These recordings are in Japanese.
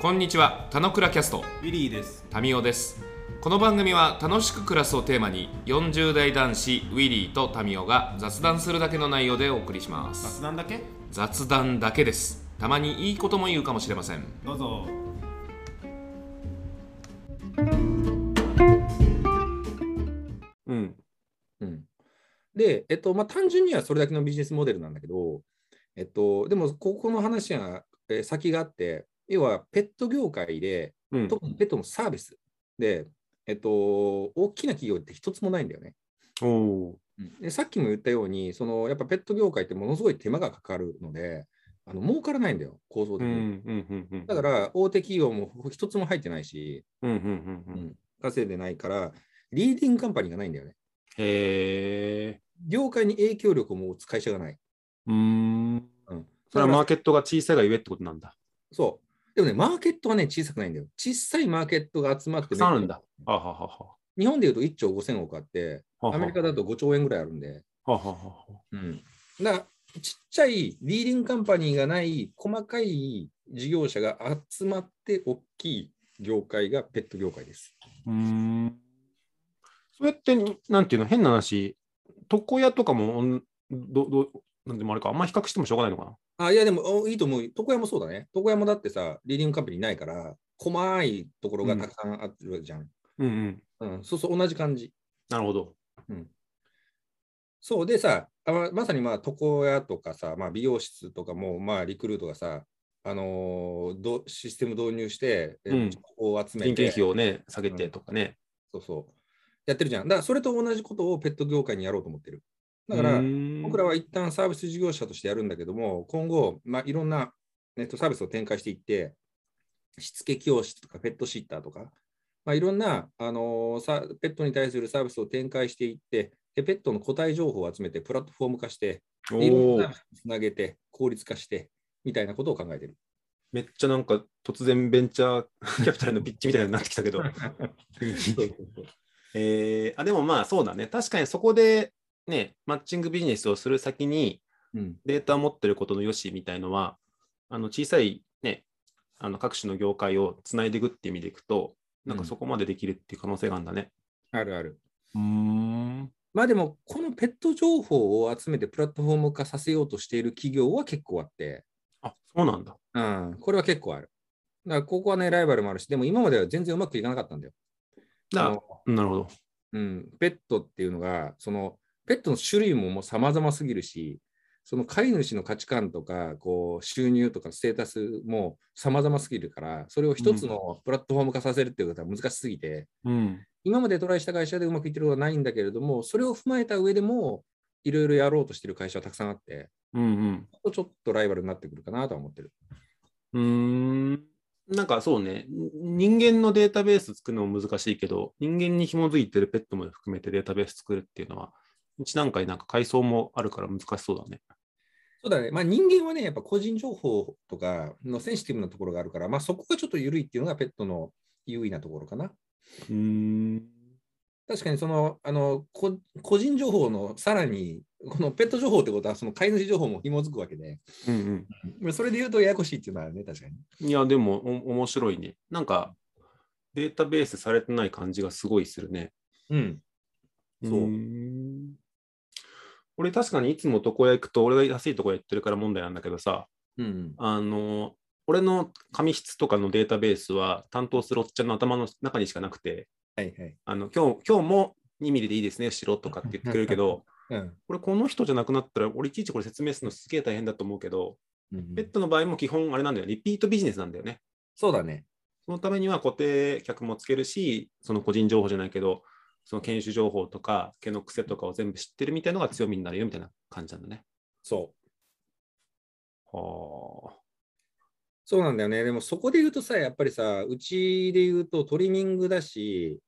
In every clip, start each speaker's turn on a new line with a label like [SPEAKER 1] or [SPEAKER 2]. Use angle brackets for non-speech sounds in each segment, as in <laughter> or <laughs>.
[SPEAKER 1] こんにちは、たのくらキャスト、
[SPEAKER 2] ウィリーです。
[SPEAKER 1] タミオです。この番組は楽しく暮らすをテーマに、40代男子ウィリーとタミオが雑談するだけの内容でお送りします。
[SPEAKER 2] 雑談だけ
[SPEAKER 1] 雑談だけです。たまにいいことも言うかもしれません。
[SPEAKER 2] どうぞ。
[SPEAKER 3] うん。
[SPEAKER 1] うん。
[SPEAKER 3] で、えっと、まあ、単純にはそれだけのビジネスモデルなんだけど、えっと、でも、ここの話が、えー先があって、要は、ペット業界で、
[SPEAKER 1] うん
[SPEAKER 3] 特にペットのサービスで、えっと、大きな企業って一つもないんだよね。
[SPEAKER 2] おお。
[SPEAKER 3] でさっきも言ったように、そのやっぱペット業界ってものすごい手間がかかるので、あの儲からないんだよ、構造
[SPEAKER 2] う
[SPEAKER 3] 的
[SPEAKER 2] ん
[SPEAKER 3] に。
[SPEAKER 2] うんうんうん。
[SPEAKER 3] だから、大手企業も一つも入ってないし、
[SPEAKER 2] うんうんうんうん。
[SPEAKER 3] 稼いでないから、リーディングカンパニーがないんだよね。
[SPEAKER 2] へえ。
[SPEAKER 3] 業界に影響力を持つ会社がない。
[SPEAKER 2] うーん。
[SPEAKER 3] うん、
[SPEAKER 2] それは
[SPEAKER 3] だから
[SPEAKER 2] マーケットが小さいがゆえってことなんだ。
[SPEAKER 3] そう。でもね、マーケットはね、小さくないんだよ。小さいマーケットが集まった
[SPEAKER 2] く
[SPEAKER 3] て、
[SPEAKER 2] さんあるんだ。あはははは。
[SPEAKER 3] 日本でいうと1兆5000億あって、
[SPEAKER 2] はは
[SPEAKER 3] アメリカだと5兆円ぐらいあるんで、
[SPEAKER 2] はははは。
[SPEAKER 3] うん、だから、ちっちゃいリーディングカンパニーがない、細かい事業者が集まって、大きい業界がペット業界です。
[SPEAKER 2] うーん。そうやって、なんていうの、変な話、床屋とかも、おんどどなんでもあれか、あんま比較してもしょうがないのかな。
[SPEAKER 3] あ、いや、でも、おいいと思う。床屋もそうだね。床屋もだってさ、リーディングカンパニーないから、細いところがたくさんあるじゃん。
[SPEAKER 2] うんうん。
[SPEAKER 3] うん、そうそう、同じ感じ。
[SPEAKER 2] なるほど。
[SPEAKER 3] そうでさ、あままさにまあ床屋とかさ、まあ、美容室とかも、まあ、リクルートがさ、あのーどシステム導入して、え
[SPEAKER 2] うん
[SPEAKER 3] 情報を集め
[SPEAKER 2] 人件
[SPEAKER 3] て
[SPEAKER 2] 費をね、下げてとかね。
[SPEAKER 3] そうそう、やってるじゃん。だからそれと同じことをペット業界にやろうと思ってる。だから、僕
[SPEAKER 2] 僕
[SPEAKER 3] ら
[SPEAKER 2] は、
[SPEAKER 3] は一旦サービス事業者としてやるんだけども、今後、まあ、いろんなネットサービスを展開していって、しつけ教室とかペットシッターとか、まあ、いろんな、あのーさペットに対するサービスを展開していって、でペットの個体情報を集めて、プラットフォーム化して、
[SPEAKER 2] お
[SPEAKER 3] いろん
[SPEAKER 2] ー
[SPEAKER 3] なつなげて効率化してみたいなことを考えてる。
[SPEAKER 2] めっちゃなんか突然ベンチャーキ <laughs> ャピタルのピッチみたいになってきたけ
[SPEAKER 3] <laughs>
[SPEAKER 2] ど。えー、あでもまあそうだね確かにそこでねマッチングビジネスをする先に
[SPEAKER 3] <laughs> うん
[SPEAKER 2] データを持ってることの良しみたいのはあの小さいねあの各種の業界をつないでいくっていう意味でいくとなんかそこまでできるっていう可能性があるんだね。
[SPEAKER 3] あるある。
[SPEAKER 2] うん
[SPEAKER 3] まあでも、このペット情報を集めてプラットフォーム化させようとしている企業は結構あって、
[SPEAKER 2] あそうなんだ。
[SPEAKER 3] うん、これは結構ある。だからここはね、ライバルもあるし、でも今までは全然うまくいかなかったんだよ。
[SPEAKER 2] だ
[SPEAKER 3] あの
[SPEAKER 2] うんなるほど。
[SPEAKER 3] うん、ペットっていうのが、そのペットの種類ももう様々すぎるし、その飼い主の価値観とか、こう収入とかステータスも様々すぎるから、それを一つのプラットフォーム化させるっていうことは難しすぎて、
[SPEAKER 2] うん、
[SPEAKER 3] 今までトライした会社でうまくいってることはないんだけれども、それを踏まえた上でも、いろいろやろうとしてる会社はたくさんあって、
[SPEAKER 2] うん
[SPEAKER 3] ここちょっとライバルになってくるかなとは思ってる。
[SPEAKER 2] うんうーんなんかそうね人間のデータベース作るのも難しいけど人間に紐づいてるペットも含めてデータベース作るっていうのは一段階なんか階層もあるから難しそうだね。
[SPEAKER 3] そうだね、まあ、人間はね、やっぱ個人情報とかのセンシティブなところがあるから、まあ、そこがちょっと緩いっていうのがペットの優位なところかな。
[SPEAKER 2] うーん。
[SPEAKER 3] 確かにそのあのこ個人情報のさらに、このペット情報ってことは、その飼い主情報も紐づくわけで、
[SPEAKER 2] うん
[SPEAKER 3] まあそれで言うとややこしいっていうのはね、確かに。
[SPEAKER 2] うん、いや、でもお面白いね。なんか、データベースされてない感じがすごいするね。
[SPEAKER 3] うん。そう
[SPEAKER 2] ーん。俺、確かにいつも床屋行くと、俺が安いとこ屋行ってるから問題なんだけどさ、
[SPEAKER 3] うん。
[SPEAKER 2] あの、俺の紙質とかのデータベースは担当するおっちゃんの頭の中にしかなくて、
[SPEAKER 3] はいはい。
[SPEAKER 2] あの今日今日も2ミリでいいですね、しろとかって言ってくれるけど、
[SPEAKER 3] うん。
[SPEAKER 2] 俺、この人じゃなくなったら、俺、いちいちこれ説明するのすげえ大変だと思うけど、
[SPEAKER 3] うん
[SPEAKER 2] ペットの場合も基本、あれなんだよ、リピートビジネスなんだよね。
[SPEAKER 3] そうだね。
[SPEAKER 2] そのためには固定客もつけるし、その個人情報じゃないけど、その犬種情報とか、毛の癖とかを全部知ってるみたいのが強みになるよみたいな感じなんだね。
[SPEAKER 3] そう。
[SPEAKER 2] は
[SPEAKER 3] そうなんだよね。でもそこで言うとさ、やっぱりさ、うちで言うとトリミングだし、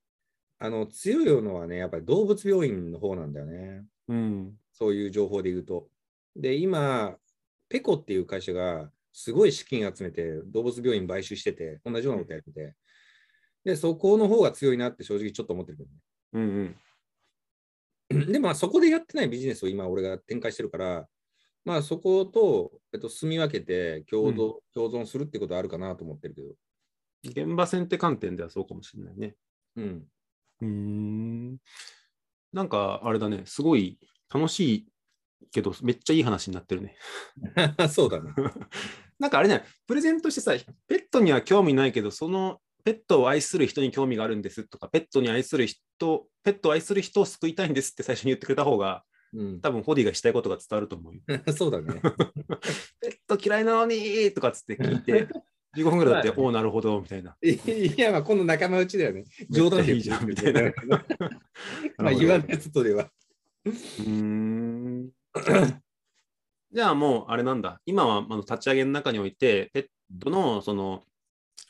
[SPEAKER 3] あの強いのはね、やっぱり動物病院の方なんだよね。
[SPEAKER 2] あ。うん。
[SPEAKER 3] そういう情報で言うと。で、今、ペコっていう会社がすごい資金集めて、動物病院買収してて、同じようなことやってて、で、そこの方が強いなって正直ちょっと思ってるけどね。
[SPEAKER 2] うんうん。
[SPEAKER 3] <clears throat> でもまあそこでやってないビジネスを今俺が展開してるから、まあそこと、えっと、住み分けて共同、共存するってことはあるかなと思ってるけど。
[SPEAKER 2] 現場選定観点ではそうかもしれないね。
[SPEAKER 3] うん。
[SPEAKER 2] うーん。なんか、あれだね、すごい楽しいけど、めっちゃいい話になってるね。
[SPEAKER 3] <laughs> そうだね。
[SPEAKER 2] なんかあれね、プレゼントしてさ、ペットには興味ないけど、そのペットを愛する人に興味があるんですとか、ペットに愛する人、ペットを愛する人を救いたいんですって最初に言ってくれた方が、
[SPEAKER 3] うん、
[SPEAKER 2] 多分ホディがしたいことが伝わると思うよ。
[SPEAKER 3] <laughs> そうだね。
[SPEAKER 2] ペット嫌いなのにとかっつって聞いて、15分ぐ <laughs> らいだって、おお、なるほど、みたいな。
[SPEAKER 3] いや、まあ、今度仲間内だよね。冗談で
[SPEAKER 2] めっちゃいいじゃんみたいな。
[SPEAKER 3] <laughs> まあ、言わないとでは。
[SPEAKER 2] うーんじゃあもうあれなんだ、今はあの立ち上げの中において、ペットのその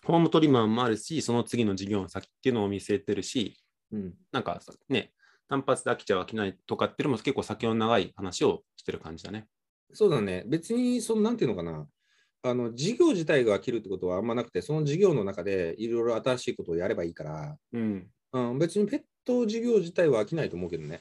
[SPEAKER 2] ホームトリマーもあるし、その次の事業の先っていうのを見据えてるし、
[SPEAKER 3] うん。
[SPEAKER 2] なんかさね、単発で飽きちゃう飽きないとかっていうのも結構先の長い話をしてる感じだね。
[SPEAKER 3] そうだね。別に、その、なんていうのかな。あの、事業自体が飽きるってことはあんまなくて、その事業の中でいろいろ新しいことをやればいいから、
[SPEAKER 2] うん、
[SPEAKER 3] うん、別にペット事業自体は飽きないと思うけどね。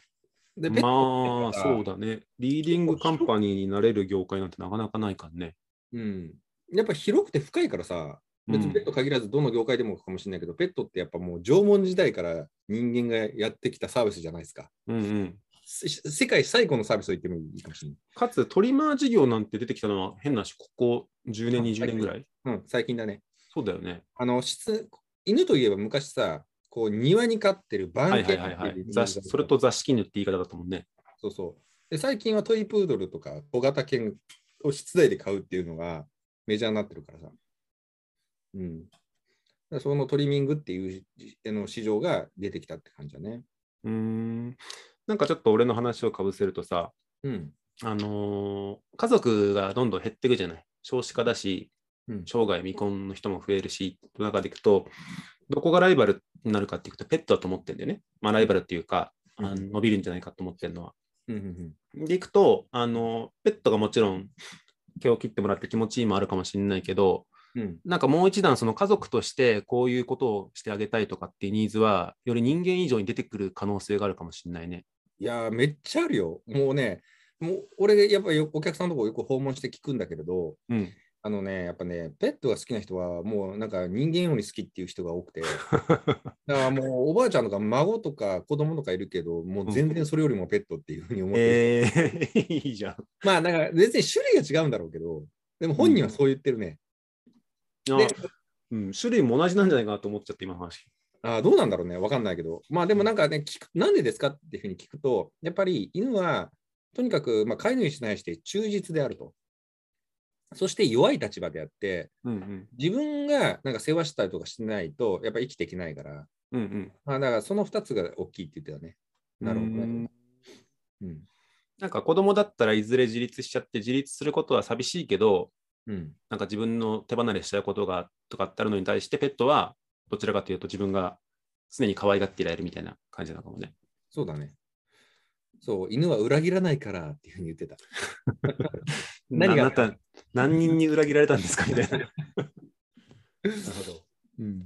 [SPEAKER 3] で、ペ
[SPEAKER 2] ま
[SPEAKER 3] ット
[SPEAKER 2] あ
[SPEAKER 3] ってさ
[SPEAKER 2] そうだね。リーディングカンパニーになれる業界なんてなかなかないからね。
[SPEAKER 3] うん。やっぱ広くて深いからさ、
[SPEAKER 2] うん
[SPEAKER 3] 別にペット限らずどの業界でもかもしれないけど、ペットってやっぱもう縄文時代から人間がやってきたサービスじゃないですか。
[SPEAKER 2] うんうん、
[SPEAKER 3] せ世界最古のサービスと言ってもいいかもしれない。
[SPEAKER 2] かつトリマー事業なんて出てきたのは変なし、ここ10年、20年ぐらい。
[SPEAKER 3] うん、最近だね。
[SPEAKER 2] そうだよね。
[SPEAKER 3] あの、室犬といえば昔さ、こう庭に飼ってるバ
[SPEAKER 2] は
[SPEAKER 3] ン
[SPEAKER 2] い
[SPEAKER 3] ケ
[SPEAKER 2] は
[SPEAKER 3] ー
[SPEAKER 2] いは
[SPEAKER 3] キって。
[SPEAKER 2] いはいいう雑誌それと座敷犬って言い方だったもんね。
[SPEAKER 3] そうそうで。最近はトイプードルとか小型犬を室内で飼うっていうのがメジャーになってるからさ。うん。だからそのトリミングっていうじあの市場が出てきたって感じだね。
[SPEAKER 2] うーん。なんかちょっと俺の話をかぶせるとさ、
[SPEAKER 3] うん。
[SPEAKER 2] あのー家族がどんどん減っていくじゃない。少子化だし、
[SPEAKER 3] うん
[SPEAKER 2] 生涯未婚の人も増えるし、の中でいくと、どこがライバルになるかっていうと、ペットだと思ってんだよね。まあライバルっていうか、あの
[SPEAKER 3] うん
[SPEAKER 2] 伸びるんじゃないかと思ってるのは。
[SPEAKER 3] うんうん
[SPEAKER 2] でいくと、あのペットがもちろん毛を切ってもらって気持ちいいもあるかもしれないけど、
[SPEAKER 3] うんうん
[SPEAKER 2] なんかもう一段、その家族としてこういうことをしてあげたいとかっていうニーズは、より人間以上に出てくる可能性があるかもしれないね。
[SPEAKER 3] いやー、めっちゃあるよ。もうね、もう俺、やっぱりお客さんのとこよく訪問して聞くんだけれど、
[SPEAKER 2] うん。
[SPEAKER 3] あのね、やっぱね、ペットが好きな人は、もうなんか人間より好きっていう人
[SPEAKER 2] <laughs>
[SPEAKER 3] が多くて、だからもうおばあちゃんとか孫とか子供とかいるけど、もう全然それよりもペットっていうふうに思ってる人
[SPEAKER 2] えー、 <laughs> いいじゃん。
[SPEAKER 3] まあ、だから別に種類が違うんだろうけど、でも本人はそう言ってるね。
[SPEAKER 2] あうん、種類も同じなんじゃないかなと思っちゃって、今の話。
[SPEAKER 3] ああどうなんだろうね、わかんないけど。まあでもなんかね、聞くなんでですかっていうふうに聞くと、やっぱり犬はとにかく、まあ、飼い主に対して忠実であると。そして弱い立場であって、
[SPEAKER 2] うんうん。
[SPEAKER 3] 自分がなんか世話したりとかしないと、やっぱり生きていけないから、
[SPEAKER 2] うんうん。
[SPEAKER 3] まあ、だからその2つが大きいって言ってたね。なるほど
[SPEAKER 2] う
[SPEAKER 3] ね
[SPEAKER 2] ん。
[SPEAKER 3] うん。
[SPEAKER 2] なんか子供だったらいずれ自立しちゃって、自立することは寂しいけど、
[SPEAKER 3] うん。
[SPEAKER 2] なんか自分の手離れしちゃうことがとかってあるのに対して、ペットはどちらかというと自分が常に可愛がっていられるみたいな感じなのかもね。
[SPEAKER 3] そうだね。そう、犬は裏切らないからっていうふうに言って
[SPEAKER 2] <laughs>
[SPEAKER 3] た。何が
[SPEAKER 2] あなた、何人に裏切られたんですかみたいな。
[SPEAKER 3] なるほど。うん。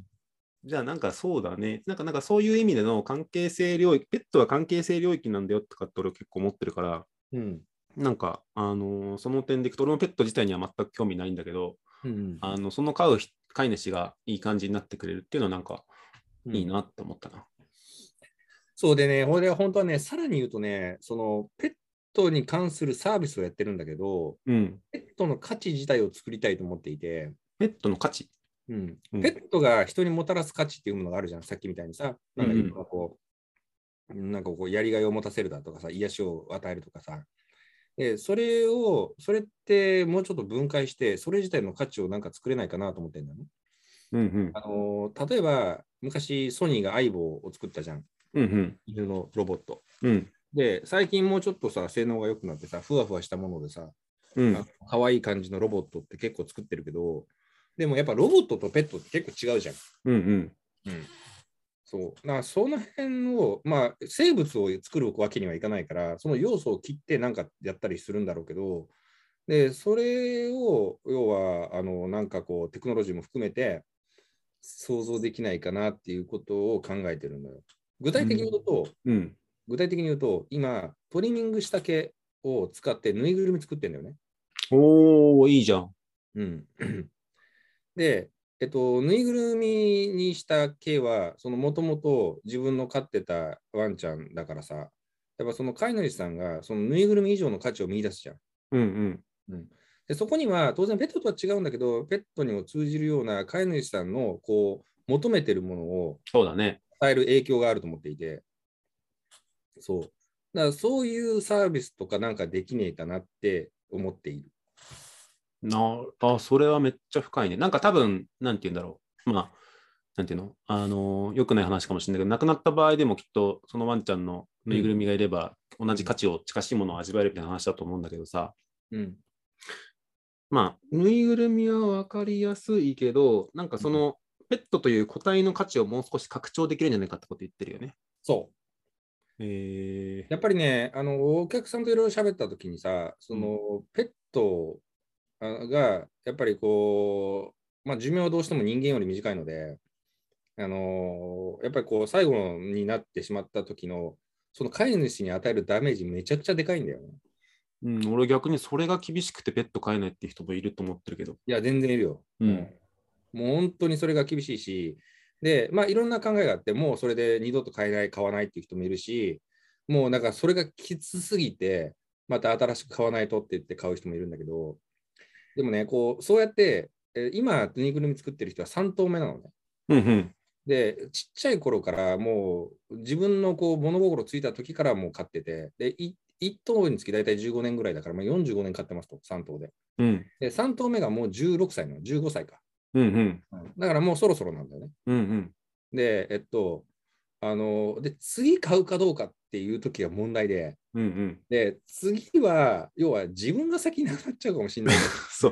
[SPEAKER 2] じゃあなんかそうだね。なんかなんかそういう意味での関係性領域、ペットは関係性領域なんだよとかって俺結構思ってるから、
[SPEAKER 3] うん。
[SPEAKER 2] なんか、あのーその点でいくと、俺もペット自体には全く興味ないんだけど、
[SPEAKER 3] うん
[SPEAKER 2] あのその飼う人飼い主がいい感じになってくれるっていうのはなんかいいなって思ったな。
[SPEAKER 3] そうでね、俺は本当はね、さらに言うとね、そのペットに関するサービスをやってるんだけど、
[SPEAKER 2] うん。
[SPEAKER 3] ペットの価値自体を作りたいと思っていて、
[SPEAKER 2] ペットの価値。
[SPEAKER 3] うん
[SPEAKER 2] うん
[SPEAKER 3] ペットが人にもたらす価値っていうものがあるじゃん、さっきみたいにさ、なんかいろいろこう、なんかこうやりがいを持たせるだとかさ、癒しを与えるとかさ。でそれを、それってもうちょっと分解して、それ自体の価値をなんか作れないかなと思ってんだよね。
[SPEAKER 2] うん
[SPEAKER 3] あのー例えば、昔ソニーが相棒を作ったじゃん、
[SPEAKER 2] うん。うん
[SPEAKER 3] 犬のロボット。
[SPEAKER 2] うん。うん。
[SPEAKER 3] で、最近もうちょっとさ、性能が良くなってさ、ふわふわしたものでさ、
[SPEAKER 2] うん
[SPEAKER 3] あ。可愛い感じのロボットって結構作ってるけど、でもやっぱロボットとペットって結構違うじゃん。
[SPEAKER 2] うん。うん。
[SPEAKER 3] そう。だからその辺を、まあ、生物を作るわけにはいかないから、その要素を切ってなんかやったりするんだろうけど、で、それを、要は、あの、なんかこう、テクノロジーも含めて、想像できないかなっていうことを考えてるのよ。具体的に言うと、
[SPEAKER 2] うん。
[SPEAKER 3] 具体的に言うと、今、トリミングした毛を使ってぬいぐるみ作ってんだよね。
[SPEAKER 2] おー、いいじゃん。
[SPEAKER 3] うん、で、えっと、ぬいぐるみにした系は、そのもともと自分の飼ってたワンちゃんだからさ、やっぱその飼い主さんがそのぬいぐるみ以上の価値を見出すじゃん。
[SPEAKER 2] うんうん。
[SPEAKER 3] でそこには当然ペットとは違うんだけど、ペットにも通じるような飼い主さんのこう求めてるものを
[SPEAKER 2] そうだね。
[SPEAKER 3] 与える影響があると思っていて、そう。だからそういうサービスとかなんかできねえかなって思っている。
[SPEAKER 2] なあ、それはめっちゃ深いね。なんか多分、なんて言うんだろう。まあ、なんていうのあの、良くない話かもしれないけど、亡くなった場合でもきっと、そのワンちゃんのぬいぐるみがいれば、同じ価値を、近しいものを味わえるみたいな話だと思うんだけどさ、
[SPEAKER 3] うん。
[SPEAKER 2] まあ、ぬいぐるみは分かりやすいけど、なんかその、ペットという個体の価値をもう少し拡張できるんじゃないかってこと言ってるよね。
[SPEAKER 3] そう。
[SPEAKER 2] え
[SPEAKER 3] やっぱりね、あのお客さんといろいろ喋ったときにさ、その、ペットあがやっぱりこう、まあ、寿命はどうしても人間より短いので、あのやっぱりこう最後になってしまった時の、その飼い主に与えるダメージ、めちゃくちゃでかいんだよね。
[SPEAKER 2] うん、俺逆にそれが厳しくてペット飼えないって人もいると思ってるけど。
[SPEAKER 3] いや、全然いるよ。
[SPEAKER 2] うん
[SPEAKER 3] もう本当にそれが厳しいし、で、まあ、いろんな考えがあって、もうそれで二度と買えない、買わないっていう人もいるし、もうなんかそれがきつすぎて、また新しく買わないとって言って買う人もいるんだけど、でもね、こう、そうやって、えー今、ぬいぐるみ作ってる人は3頭目なのね。
[SPEAKER 2] うんうん。
[SPEAKER 3] で、ちっちゃい頃からもう自分のこう物心ついた時からもう飼ってて、で、1頭につき大体15年ぐらいだから、まあ、45年飼ってますと、3頭で。
[SPEAKER 2] うん。
[SPEAKER 3] で、3頭目がもう16歳なの、15歳か。
[SPEAKER 2] うんうん。
[SPEAKER 3] だからもうそろそろなんだよね。
[SPEAKER 2] うんうん。
[SPEAKER 3] で、えっと、あの、で、次買うかどうかっていう時が問題で、
[SPEAKER 2] うんうん。
[SPEAKER 3] で、次は、要は自分が先になくなっちゃうかもしれない
[SPEAKER 2] そう。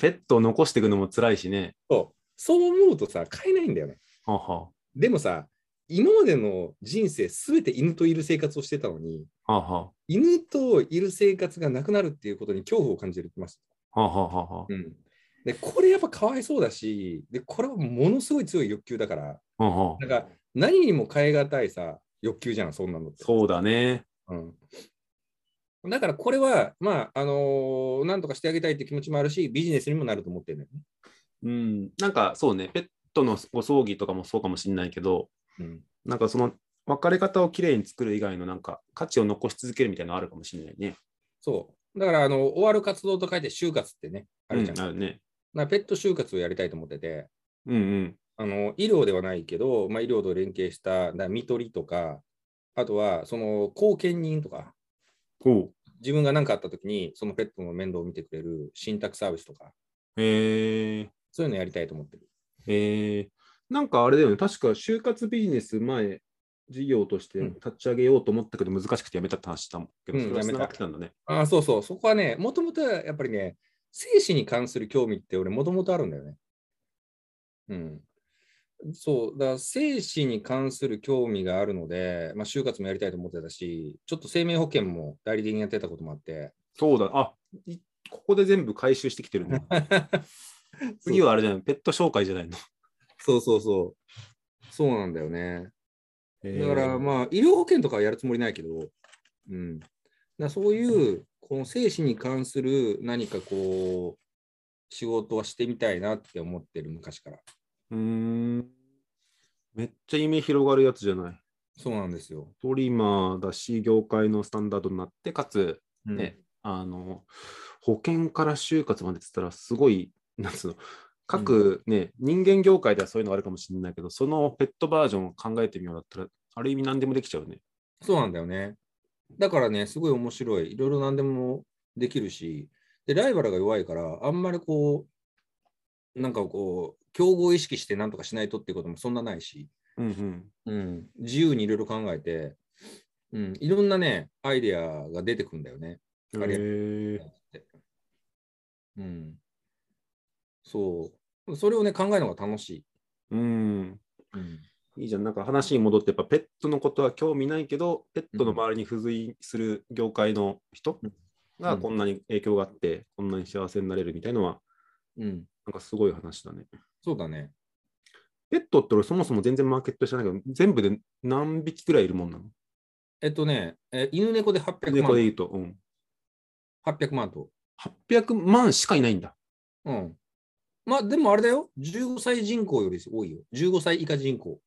[SPEAKER 2] ペットを残していくのも辛いしね。
[SPEAKER 3] そうそう思うとさ、買えないんだよね。
[SPEAKER 2] はあは
[SPEAKER 3] でもさ、今までの人生、すべて犬といる生活をしてたのに、
[SPEAKER 2] あ。はあは
[SPEAKER 3] 犬といる生活がなくなるっていうことに恐怖を感じてます。
[SPEAKER 2] あ。はあはあは
[SPEAKER 3] うん。で、これやっぱかわいそうだし、で、これはものすごい強い欲求だから、
[SPEAKER 2] あ。はあはあ。
[SPEAKER 3] なんか何にも変えがたいさ、欲求じゃん、そんなのって。
[SPEAKER 2] そうだね。
[SPEAKER 3] うん、だからこれは、まああのーなんとかしてあげたいって気持ちもあるし、ビジネスにもなると思ってるんだよね。
[SPEAKER 2] うん。なんかそうね、ペットのご葬儀とかもそうかもしれないけど、
[SPEAKER 3] うん、
[SPEAKER 2] なんかその別れ方をきれいに作る以外のなんか価値を残し続けるみたいなのあるかもしれないね。
[SPEAKER 3] そう。だから、あの、終わる活動と書いて、就活ってね、あるじゃん。
[SPEAKER 2] うん、あるね。
[SPEAKER 3] まあペット就活をやりたいと思ってて、
[SPEAKER 2] うんうん。
[SPEAKER 3] あの医療ではないけど、まあ、医療と連携した、だから看取りとか、あとは、その、後見人とか、
[SPEAKER 2] おう。
[SPEAKER 3] 自分が何かあった時に、そのペットの面倒を見てくれる、信託サービスとか、
[SPEAKER 2] へえー。
[SPEAKER 3] そういうのやりたいと思ってる。
[SPEAKER 2] えー、なんかあれだよね、確か就活ビジネス前、事業として
[SPEAKER 3] うん
[SPEAKER 2] 立ち上げようと思ったけど、難しくてやめたって話したもんけど、
[SPEAKER 3] うん
[SPEAKER 2] それは
[SPEAKER 3] やめ
[SPEAKER 2] 繋
[SPEAKER 3] た
[SPEAKER 2] がってたんだね。
[SPEAKER 3] ああ、そうそう、そこはね、もともとはやっぱりね、生死に関する興味って俺、もともとあるんだよね。うん。そう、だから生死に関する興味があるので、まあ、就活もやりたいと思ってたし、ちょっと生命保険も代理的にやってたこともあって、
[SPEAKER 2] そうだ、あいここで全部回収してきてるね。次はあれじゃない、ペット紹介じゃないの。
[SPEAKER 3] そうそうそう、そうなんだよね。だか
[SPEAKER 2] え
[SPEAKER 3] ら、
[SPEAKER 2] ー
[SPEAKER 3] まあ、医療保険とかはやるつもりないけど、うん。だからそういう、この生死に関する何かこう、仕事はしてみたいなって思ってる、昔から。
[SPEAKER 2] うーん、めっちゃ夢広がるやつじゃない。
[SPEAKER 3] そうなんですよ。
[SPEAKER 2] トリマーだし、業界のスタンダードになって、かつ、
[SPEAKER 3] ね
[SPEAKER 2] ね、あの保険から就活までって言ったらすごいなんつうの各、ね人間業界ではそういうのがあるかもしれないけどそのペットバージョンを考えてみようだったらある意味何でもできちゃうね。
[SPEAKER 3] そうなんだよね。だからね、すごい面白い。いろいろ何でもできるし、で、ライバルが弱いから、あんまりこう、なんかこう、競合意識して何とかしないとっていうこともそんなないし、
[SPEAKER 2] うんうん、
[SPEAKER 3] うん、自由にいろいろ考えて、うん、いろんなね、アイデアが出てくんだよね。ありがと
[SPEAKER 2] え
[SPEAKER 3] うん。そう。それをね、考えるのが楽しい。
[SPEAKER 2] うん
[SPEAKER 3] うん、
[SPEAKER 2] いいじゃんなんか話に戻ってやっぱペットのことは興味ないけどペットの周りに付随する業界の人
[SPEAKER 3] うん
[SPEAKER 2] が
[SPEAKER 3] うん
[SPEAKER 2] こんなに影響があってこんなに幸せになれるみたいのは
[SPEAKER 3] うん、
[SPEAKER 2] なんかすごい話だね。
[SPEAKER 3] そうだね。
[SPEAKER 2] ペットって俺そもそも全然マーケット知らないけど全部で何匹くらいいるもんなの
[SPEAKER 3] えっとね、え犬猫で800万
[SPEAKER 2] 猫で言うと、うん、
[SPEAKER 3] 800万と。
[SPEAKER 2] 800万しかいないんだ。
[SPEAKER 3] うん。まあでもあれだよ、15歳人口より多いよ。15歳以下人口。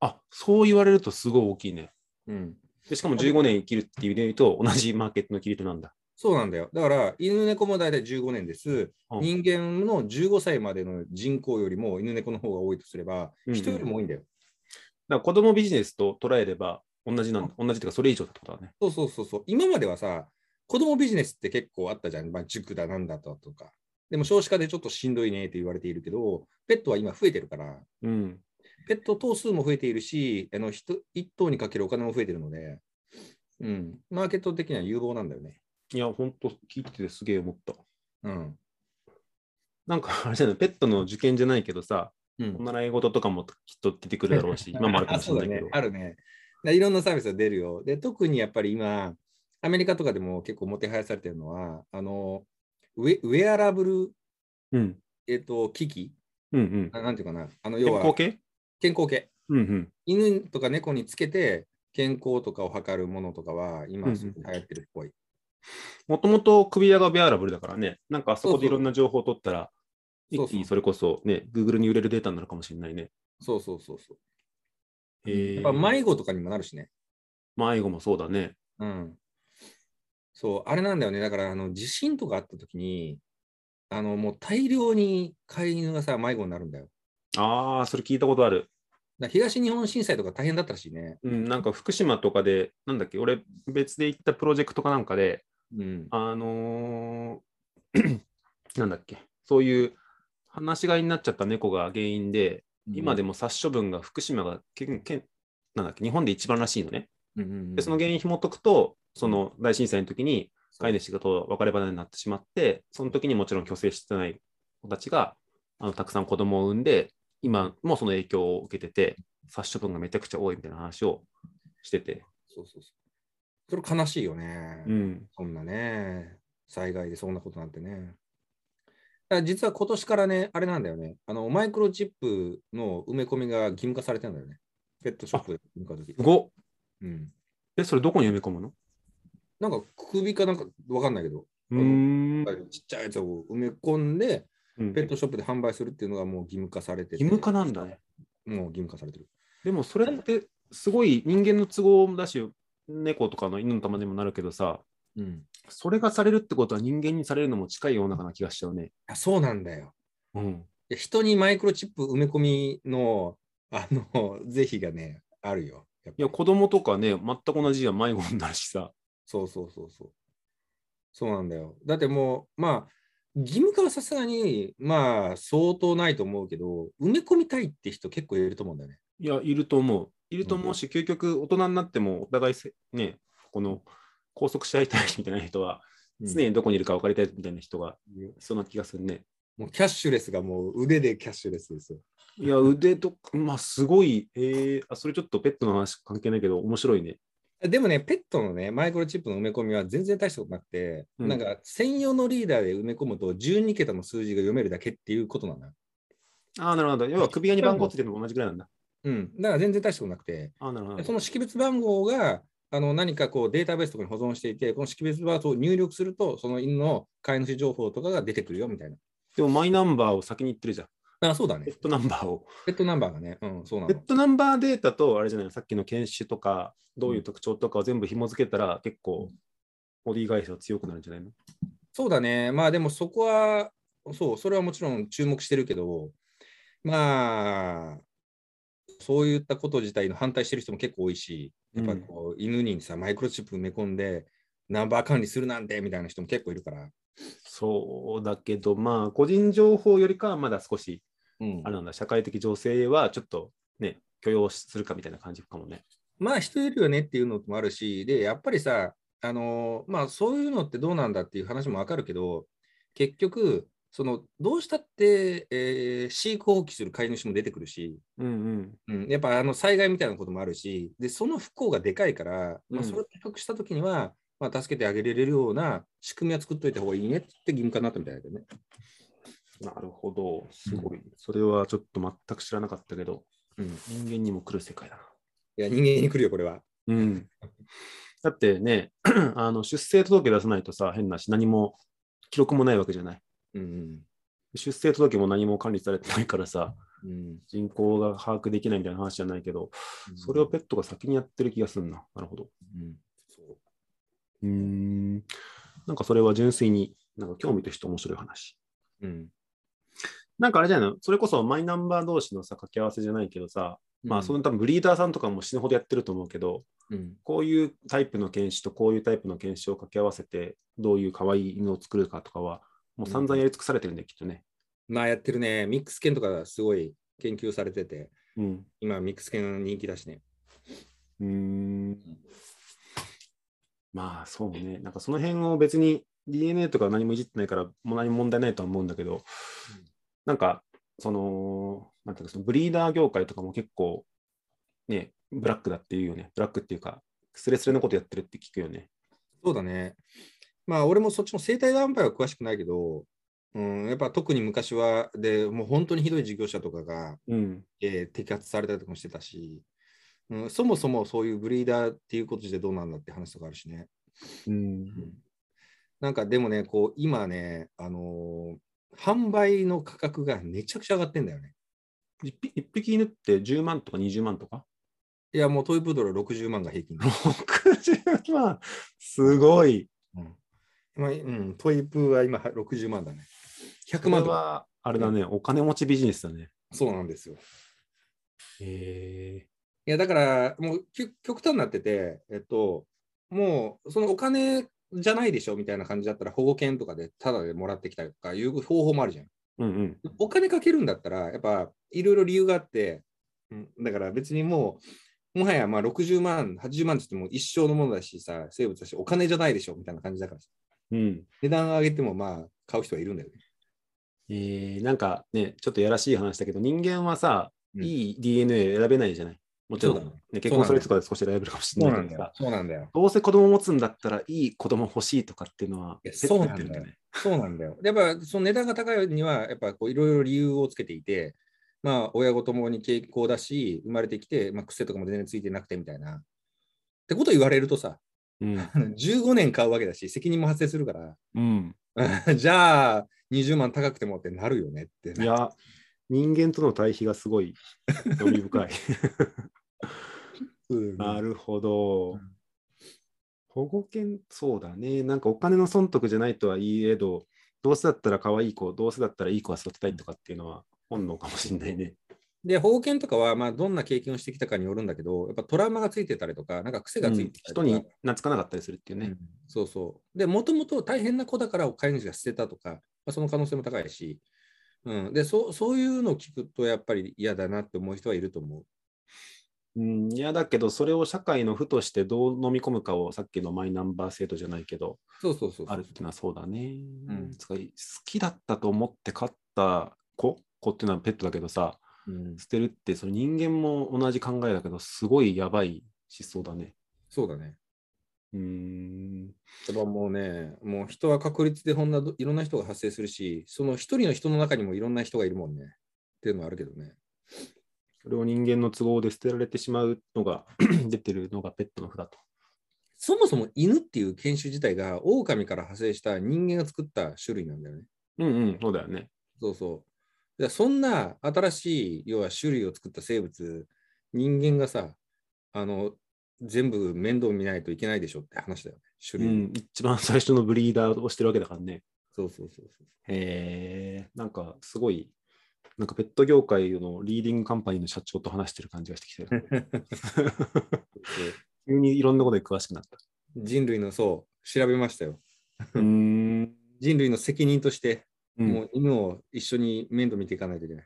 [SPEAKER 2] あ、そう言われるとすごい大きいね。
[SPEAKER 3] うん。
[SPEAKER 2] でしかも15年生きるっていう意味で言うと、同じマーケットの切り手なんだ。
[SPEAKER 3] そうなんだよ。だから、犬猫も大体15年です。
[SPEAKER 2] うん
[SPEAKER 3] 人間の15歳までの人口よりも犬猫の方が多いとすれば、
[SPEAKER 2] うんうん
[SPEAKER 3] 人よりも多いんだよ。
[SPEAKER 2] だから子供ビジネスと捉えれば、同じなんだ。同じっていうか、それ以上ってことだね。
[SPEAKER 3] そうそうそうそう。今まではさ、子供ビジネスって結構あったじゃん。まあ、塾だなんだととか。でも少子化でちょっとしんどいねって言われているけど、ペットは今増えてるから、
[SPEAKER 2] うん。
[SPEAKER 3] ペット頭数も増えているし、あの人1頭にかけるお金も増えてるので、うん、マーケット的には有望なんだよね。
[SPEAKER 2] いや、ほんと、聞いててすげえ思った。
[SPEAKER 3] うん。
[SPEAKER 2] なんか、あれじゃない、ペットの受験じゃないけどさ、
[SPEAKER 3] うん、
[SPEAKER 2] 習い事とかもきっと出てくるだろう
[SPEAKER 3] <laughs>
[SPEAKER 2] し、今もあるかもしれないけど
[SPEAKER 3] あ。そうだね。あるね。だいろんなサービスが出るよ。で、特にやっぱり今、アメリカとかでも結構もてはやされてるのは、あの、ウェウェアラブル、
[SPEAKER 2] うん。
[SPEAKER 3] えっと、機器
[SPEAKER 2] うんうん。
[SPEAKER 3] あなんていうかな。あの、
[SPEAKER 2] 健
[SPEAKER 3] 要は
[SPEAKER 2] 康系
[SPEAKER 3] 健康系。
[SPEAKER 2] うんうん。
[SPEAKER 3] 犬とか猫につけて、健康とかを測るものとかは、
[SPEAKER 2] うんう
[SPEAKER 3] 今、
[SPEAKER 2] ん
[SPEAKER 3] すごく流行ってるっぽい。
[SPEAKER 2] もともと首輪がベアラブルだからね、なんかあそこでいろんな情報を取ったら、
[SPEAKER 3] そうそう
[SPEAKER 2] 一気にそれこそね、Google に売れるデータになるかもしれないね。
[SPEAKER 3] そうそうそうそう。
[SPEAKER 2] えー
[SPEAKER 3] やっぱ迷子とかにもなるしね。
[SPEAKER 2] 迷子もそうだね。
[SPEAKER 3] うん。そう、あれなんだよね。だから、あの、地震とかあった時に、あの、もう大量に飼い犬がさ、迷子になるんだよ。
[SPEAKER 2] ああ、それ聞いたことある。
[SPEAKER 3] だから東日本震災とか大変だったらしいね。
[SPEAKER 2] うん、なんか福島とかで、なんだっけ、俺、別で行ったプロジェクトかなんかで、
[SPEAKER 3] うん。
[SPEAKER 2] あのー <clears throat> なんだっけ、そういう放し飼いになっちゃった猫が原因で、今で
[SPEAKER 3] も。
[SPEAKER 2] も殺処分が福島が県県なんだっけ日本で一番らしいのね。
[SPEAKER 3] うんうんうん
[SPEAKER 2] で、その原因紐解くと、その大震災の時に飼い主がと別れ離れになってしまって、その時にもちろん虚勢してない子たちがあのたくさん子供を産んで、今もその影響を受けてて、殺処分がめちゃくちゃ多いみたいな話をしてて。
[SPEAKER 3] そうそうそう。それ悲しいよね。
[SPEAKER 2] うん。
[SPEAKER 3] そんなね、災害でそんなことなんてね。だから実は今年からね、あれなんだよね。あの、マイクロチップの埋め込みが義務化されてるんだよね。ペットショップで向かうとき
[SPEAKER 2] す。ごっ
[SPEAKER 3] うん。
[SPEAKER 2] え、それどこに埋め込むの
[SPEAKER 3] なんか首かなんかわかんないけど、
[SPEAKER 2] うーん。
[SPEAKER 3] ちっちゃいやつを埋め込んで、
[SPEAKER 2] うん
[SPEAKER 3] ペットショップで販売するっていうのがもう義務化されてて
[SPEAKER 2] 義務化なんだね。
[SPEAKER 3] もう義務化されてる。
[SPEAKER 2] でもそれってすごい人間の都合だし、猫とかの犬の玉にもなるけどさ、
[SPEAKER 3] うん。
[SPEAKER 2] それがされるってことは人間にされるのも近い世の中な気がしちゃうね。
[SPEAKER 3] あそうなんだよ。
[SPEAKER 2] うん。
[SPEAKER 3] いや人にマイクロチップ埋め込みの、あの、 <laughs> 是非がね、あるよ。やっぱ
[SPEAKER 2] い
[SPEAKER 3] り
[SPEAKER 2] や、子供とかね、全く同じじゃ迷子になるしさ。
[SPEAKER 3] そうそうそうそう。そうなんだよ。だってもう、まあ、義務化はさすがに、まあ、相当ないと思うけど、埋め込みたいって人結構いると思うんだよね。
[SPEAKER 2] いや、いると思う。いると思うし、究極大人になってもお互いせね、この拘束し合いたいみたいな人は、常にどこにいるか分かりたいみたいな人が、
[SPEAKER 3] うん
[SPEAKER 2] そんな気がする <laughs> ね。
[SPEAKER 3] もうキャッシュレスがもう腕でキャッシュレスですよ。
[SPEAKER 2] いや、腕とか、まあ、すごい、えー、あ、それちょっとペットの話関係ないけど、面白いね。
[SPEAKER 3] でもね、ペットのね、マイクロチップの埋め込みは全然大したことなくて、
[SPEAKER 2] うん
[SPEAKER 3] なんか専用のリーダーで埋め込むと12桁の数字が読めるだけっていうことなんだよ。
[SPEAKER 2] ああ、なるほど。要は首輪に番号ついてるのも同じぐらいなんだ。
[SPEAKER 3] うん。だから全然大したことなくて、
[SPEAKER 2] ああ、なるほ
[SPEAKER 3] でそ
[SPEAKER 2] ど。
[SPEAKER 3] の識別番号があの何かこうデータベースとかに保存していて、この識別番号を入力すると、その犬の飼い主情報とかが出てくるよみたいな。
[SPEAKER 2] でもマイナンバーを先に言ってるじゃん。
[SPEAKER 3] あそうだ
[SPEAKER 2] ペ
[SPEAKER 3] ね
[SPEAKER 2] ッ。トナンバーを。
[SPEAKER 3] ペットナンバーがね。うん、そうな
[SPEAKER 2] ペッ
[SPEAKER 3] の。
[SPEAKER 2] トナンバーデータと、あれじゃないの、さっきの犬種とか、どういう特徴とかを全部紐付けたら、結構、ボディ返しは強くなるんじゃないの
[SPEAKER 3] そうだね。まあでもそこは、そう、それはもちろん注目してるけど、まあ、そういったこと自体の反対してる人も結構多いし、やっぱりこう、犬にさ、マイクロチップ埋め込んで、ナンバー管理するなんてみたいな人も結構いるから。
[SPEAKER 2] そうだけど、まあ、個人情報よりかはまだ少し、
[SPEAKER 3] うん
[SPEAKER 2] あれなんだ、社会的情勢はちょっとね、許容するかみたいな感じかもね。
[SPEAKER 3] まあ人いるよねっていうのもあるし、で、やっぱりさ、あのまあそういうのってどうなんだっていう話もわかるけど、結局、そのどうしたって、えー飼育放棄する飼い主も出てくるし、
[SPEAKER 2] うんうん。
[SPEAKER 3] うん、やっぱあの災害みたいなこともあるし、で、その不幸がでかいから、
[SPEAKER 2] う
[SPEAKER 3] まあ、
[SPEAKER 2] ん
[SPEAKER 3] それを比較したときには、まあ、助けてあげられるような仕組みは作っといた方がいいねって義務化になったみたいだけどね。
[SPEAKER 2] なるほど。すごい。それはちょっと全く知らなかったけど、
[SPEAKER 3] うん、い
[SPEAKER 2] 人間にも来る世界だな。
[SPEAKER 3] や、人間に来るよ、これは。
[SPEAKER 2] うん。だってね、 <clears throat> あの出生届出さないとさ、変なし、何も記録もないわけじゃない。
[SPEAKER 3] うん、
[SPEAKER 2] 出生届も何も管理されてないからさ、
[SPEAKER 3] うん、
[SPEAKER 2] 人口が把握できないみたいな話じゃないけど、それをペットが先にやってる気がするな。なるほど。
[SPEAKER 3] うんそ
[SPEAKER 2] う
[SPEAKER 3] う
[SPEAKER 2] ーん。なんかそれは純粋に、なんか興味として面白い話。
[SPEAKER 3] うん
[SPEAKER 2] なんかあれじゃないのそれこそマイナンバー同士のさ、掛け合わせじゃないけどさ、まあそ
[SPEAKER 3] うん
[SPEAKER 2] の多分ブリーダーさんとかも死ぬほどやってると思うけど、
[SPEAKER 3] うん
[SPEAKER 2] こういうタイプの犬種とこういうタイプの犬種を掛け合わせて、どういう可愛い犬を作るかとかは、もう散々やり尽くされてるんだよ、きっとね。
[SPEAKER 3] まあやってるね、ミックス犬とかすごい研究されてて、
[SPEAKER 2] うん。
[SPEAKER 3] 今ミックス犬人気だしね。
[SPEAKER 2] うーん。まあそうね。なんかその辺を別に DNA とか何もいじってないから、もう何も問題ないとは思うんだけど、なんか、その、なんていうか、そのブリーダー業界とかも結構、ね、ブラックだっていうよね。ブラックっていうか、スレスレのことやってるって聞くよね。
[SPEAKER 3] そうだね。まあ俺もそっちの生態安排は詳しくないけど、うん、やっぱ特に昔は、でもう本当にひどい事業者とかが、
[SPEAKER 2] うん。
[SPEAKER 3] えー摘発されたりとかもしてたし、うん、そもそもそういうブリーダーっていうことでどうなんだって話とかあるしね。
[SPEAKER 2] うん
[SPEAKER 3] なんかでもね、こう今ね、あのー販売の価格がめちゃくちゃ上がってんだよね。
[SPEAKER 2] 一匹一匹犬って10万とか20万とか
[SPEAKER 3] いや、もうトイプードル60万が平
[SPEAKER 2] <laughs>
[SPEAKER 3] 均だ。
[SPEAKER 2] 60万すごい
[SPEAKER 3] うんまあうん、トイプーは今は60万だね。100
[SPEAKER 2] 100
[SPEAKER 3] 万
[SPEAKER 2] 万
[SPEAKER 3] とか
[SPEAKER 2] はあれだね、お金持ちビジネスだね
[SPEAKER 3] そうなんですよ。
[SPEAKER 2] へ
[SPEAKER 3] いや、だから、もうきゅ極端になってて、えっと、もうそのお金じゃないでしょみたいな感じだったら、保護犬とかでタダでもらってきたりとかいう方法もあるじゃん。
[SPEAKER 2] えうんうん
[SPEAKER 3] お金かけるんだったら、やっぱいろいろ理由があって、うんだから別にもう、もはやまあ60万、80万って言っても一生のものだしさ、生物だし、お金じゃないでしょみたいな感じだからさ、
[SPEAKER 2] うん
[SPEAKER 3] 値段上げてもまあ買う人はいるんだよね。
[SPEAKER 2] えーなんかねちょっとやらしい話だけど人間はさ、
[SPEAKER 3] うん
[SPEAKER 2] いい DNA 選べないじゃないもちろん、
[SPEAKER 3] そう
[SPEAKER 2] ね
[SPEAKER 3] だね
[SPEAKER 2] 結婚するとかで少し選べるかもしれないけどさ
[SPEAKER 3] そうなんだよ。
[SPEAKER 2] どうせ子供持つんだったらいい子供欲しいとかっていうのはい
[SPEAKER 3] や
[SPEAKER 2] ペット
[SPEAKER 3] そう
[SPEAKER 2] や
[SPEAKER 3] な
[SPEAKER 2] っ
[SPEAKER 3] ん
[SPEAKER 2] てる
[SPEAKER 3] だよ
[SPEAKER 2] んだね
[SPEAKER 3] そうなんだよ。やっぱその値段が高いには、やっぱこういろいろ理由をつけていて、まあ親子ともに健康だし、生まれてきて、まあ、癖とかも全然ついてなくてみたいな。ってこと言われるとさ、
[SPEAKER 2] うん
[SPEAKER 3] 15年買うわけだし、責任も発生するから、 <laughs>
[SPEAKER 2] うん
[SPEAKER 3] じゃあ、20万高くてもってなるよねってな。
[SPEAKER 2] いや、人間との対比がすごい興味
[SPEAKER 3] <laughs>
[SPEAKER 2] 深い。
[SPEAKER 3] うん
[SPEAKER 2] なるほど。
[SPEAKER 3] うん
[SPEAKER 2] 保護犬、そうだね。なんかお金の損得じゃないとはいえど、どうせだったら可愛い子、どうせだったらいい子は育てたいとかっていうのは本能かもしれないね。
[SPEAKER 3] で、保険とかは、まあ、どんな経験をしてきたかによるんだけど、やっぱトラウマがついてたりとか、なんか癖がついてたり
[SPEAKER 2] 人
[SPEAKER 3] とか、
[SPEAKER 2] に懐かなかったりするっていう
[SPEAKER 3] う
[SPEAKER 2] ね
[SPEAKER 3] ん。そうそう。で、もともと大変な子だから飼い主が捨てたとか、まあ、その可能性も高いし、うん、でそう、そういうのを聞くと、やっぱり嫌だなって思う人はいると思う。
[SPEAKER 2] うん、いやだけど、それを社会の負としてどう飲み込むかをさっきのマイナンバー制度じゃないけど、
[SPEAKER 3] そうそうそうそう。
[SPEAKER 2] あるっていうのはそうだね。
[SPEAKER 3] うん
[SPEAKER 2] つか好きだったと思って飼った子子っていうのはペットだけどさ、
[SPEAKER 3] うん、
[SPEAKER 2] 捨てるってその人間も同じ考えだけどすごいやばい思想だね。
[SPEAKER 3] そうだね。
[SPEAKER 2] うーん
[SPEAKER 3] やっぱもうね、もう人は確率でほんなどいろんな人が発生するし、その一人の人の中にもいろんな人がいるもんね。っていうのはあるけどね。
[SPEAKER 2] それを人間の都合で捨てられてしまうのが <clears throat> 出てるのがペットの札と。
[SPEAKER 3] そもそも犬っていう犬種自体が狼から派生した人間が作った種類なんだよね。
[SPEAKER 2] うんうんそうだよね。
[SPEAKER 3] そうそう。だからそんな新しい要は種類を作った生物、人間がさ、あの全部面倒見ないといけないでしょって話だよね。
[SPEAKER 2] う
[SPEAKER 3] 種類。
[SPEAKER 2] ん、一番最初のブリーダーをしてるわけだからね。
[SPEAKER 3] そうそうそうそう。
[SPEAKER 2] へえなんかすごいなんかペット業界のリーディングカンパニーの社長と話してる感じがしてきて <laughs> る。
[SPEAKER 3] で
[SPEAKER 2] 急にいろんなことに詳しくなった。
[SPEAKER 3] 人類のそう調べましたよ。
[SPEAKER 2] うーん。
[SPEAKER 3] 人類の責任として、
[SPEAKER 2] うん
[SPEAKER 3] もう犬を一緒に面倒見ていかないといけない。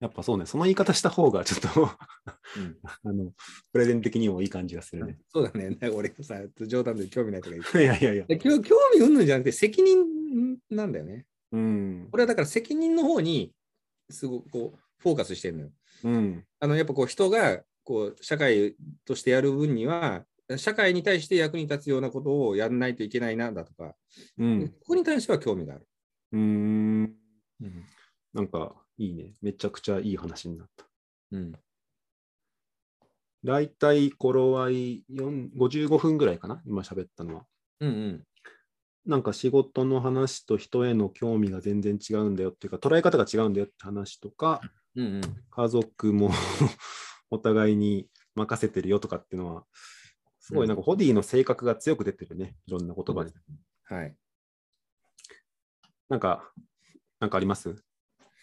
[SPEAKER 2] やっぱそうね、その言い方した方がちょっと <laughs>
[SPEAKER 3] うん
[SPEAKER 2] あのプレゼン的にもいい感じがするね。
[SPEAKER 3] そうだね。なんか俺がさ、冗談で興味ないとか言っ
[SPEAKER 2] <laughs>
[SPEAKER 3] て
[SPEAKER 2] いやいやいや。
[SPEAKER 3] で興興味うんぬんじゃなくて責任なんだよね。
[SPEAKER 2] うん
[SPEAKER 3] こ。れはだから責任の方にすごくこうフォーカスしてるのよ。
[SPEAKER 2] うん。
[SPEAKER 3] あのやっぱこう人がこう社会としてやる分には社会に対して役に立つようなことをやらないといけないなだとか、
[SPEAKER 2] うん。
[SPEAKER 3] ここに対しては興味がある。
[SPEAKER 2] うーん。
[SPEAKER 3] うん
[SPEAKER 2] なんか、いいね。めちゃくちゃいい話になった。だいたい頃合い4 55分ぐらいかな今喋ったのは。
[SPEAKER 3] うんうん
[SPEAKER 2] なんか仕事の話と人への興味が全然違うんだよっていうか、捉え方が違うんだよって話とか、
[SPEAKER 3] うんうん、
[SPEAKER 2] 家族も <laughs> お互いに任せてるよとかっていうのは、すごいなんかホディの性格が強く出てるね、いろんな言葉に。
[SPEAKER 3] はい。
[SPEAKER 2] なんか、なんかあります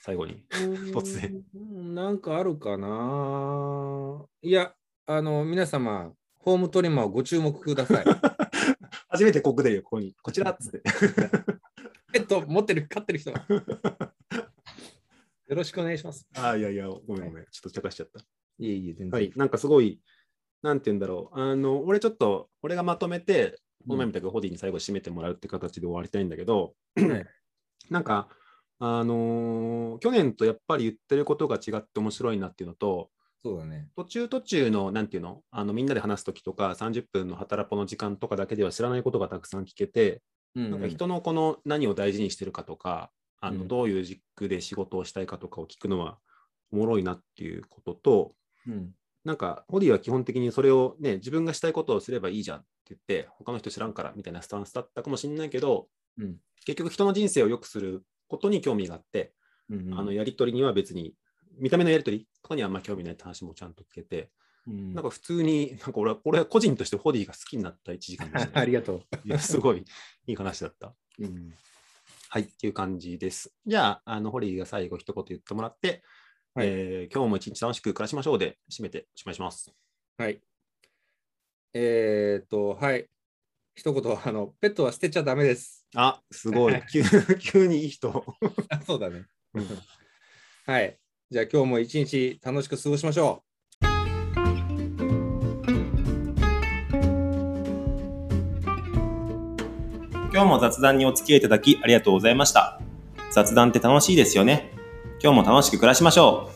[SPEAKER 2] 最後に。突然
[SPEAKER 3] うん。なんかあるかないや、あの、皆様、ホームトリマーをご注目くだ <laughs> さい。
[SPEAKER 2] 初めてここでよ、ここに。こちらっつって。
[SPEAKER 3] ペット持ってる、飼ってる人は。よろしくお願いします。
[SPEAKER 2] ああ、いやいや、ごめんごめん。ちょっと茶化しちゃった。
[SPEAKER 3] いえいえ、全然。
[SPEAKER 2] はい、なんかすごい、なんて言うんだろう、あの俺ちょっと、俺がまとめて、この前みたくホディに最後締めてもらうって形で終わりたいんだけど、
[SPEAKER 3] はい
[SPEAKER 2] <clears throat> なんか、あのー去年とやっぱり言ってることが違って面白いなっていうのと、
[SPEAKER 3] そうだね。
[SPEAKER 2] 途中途中の、なんていうの、あのみんなで話すときとか、30分の働ぽの時間とかだけでは知らないことがたくさん聞けて、
[SPEAKER 3] うんうん
[SPEAKER 2] なんか人のこの何を大事にしてるかとか、あ
[SPEAKER 3] う
[SPEAKER 2] の
[SPEAKER 3] ん
[SPEAKER 2] どういう軸で仕事をしたいかとかを聞くのはおもろいなっていうことと、
[SPEAKER 3] うん
[SPEAKER 2] なんか、ホディは基本的にそれをね、自分がしたいことをすればいいじゃんって言って、他の人知らんからみたいなスタンスだったかもしれないけど、
[SPEAKER 3] うん
[SPEAKER 2] 結局人の人生を良くすることに興味があって、
[SPEAKER 3] うんうん
[SPEAKER 2] あのやり取りには別に、見た目のやり取りとかにはあんま興味ないって話もちゃんと聞けて、
[SPEAKER 3] うん
[SPEAKER 2] なんか普通に、なんか俺は、これは個人としてホディが好きになった1時間でした、
[SPEAKER 3] <laughs> ありがと
[SPEAKER 2] いやすごいいい話だった。
[SPEAKER 3] う。うん
[SPEAKER 2] はい、っていう感じです。じゃあ、あのホディが最後一言言ってもらって、
[SPEAKER 3] はい
[SPEAKER 2] えー今日も一日楽しく暮らしましょうで、締めておしまいします。
[SPEAKER 3] はい。えーっと、はい。一言、あの、ペットは捨てちゃダメです。 <laughs>
[SPEAKER 2] あ、すごい。急急にいい人。
[SPEAKER 3] あそうだね
[SPEAKER 2] うん。
[SPEAKER 3] <laughs> はい。じゃあ今日も一日楽しく過ごしましょ
[SPEAKER 4] 今日も雑談にお付き合いいただきありがとうございました。雑談って楽しいですよね。今日も楽しく暮らしましょう。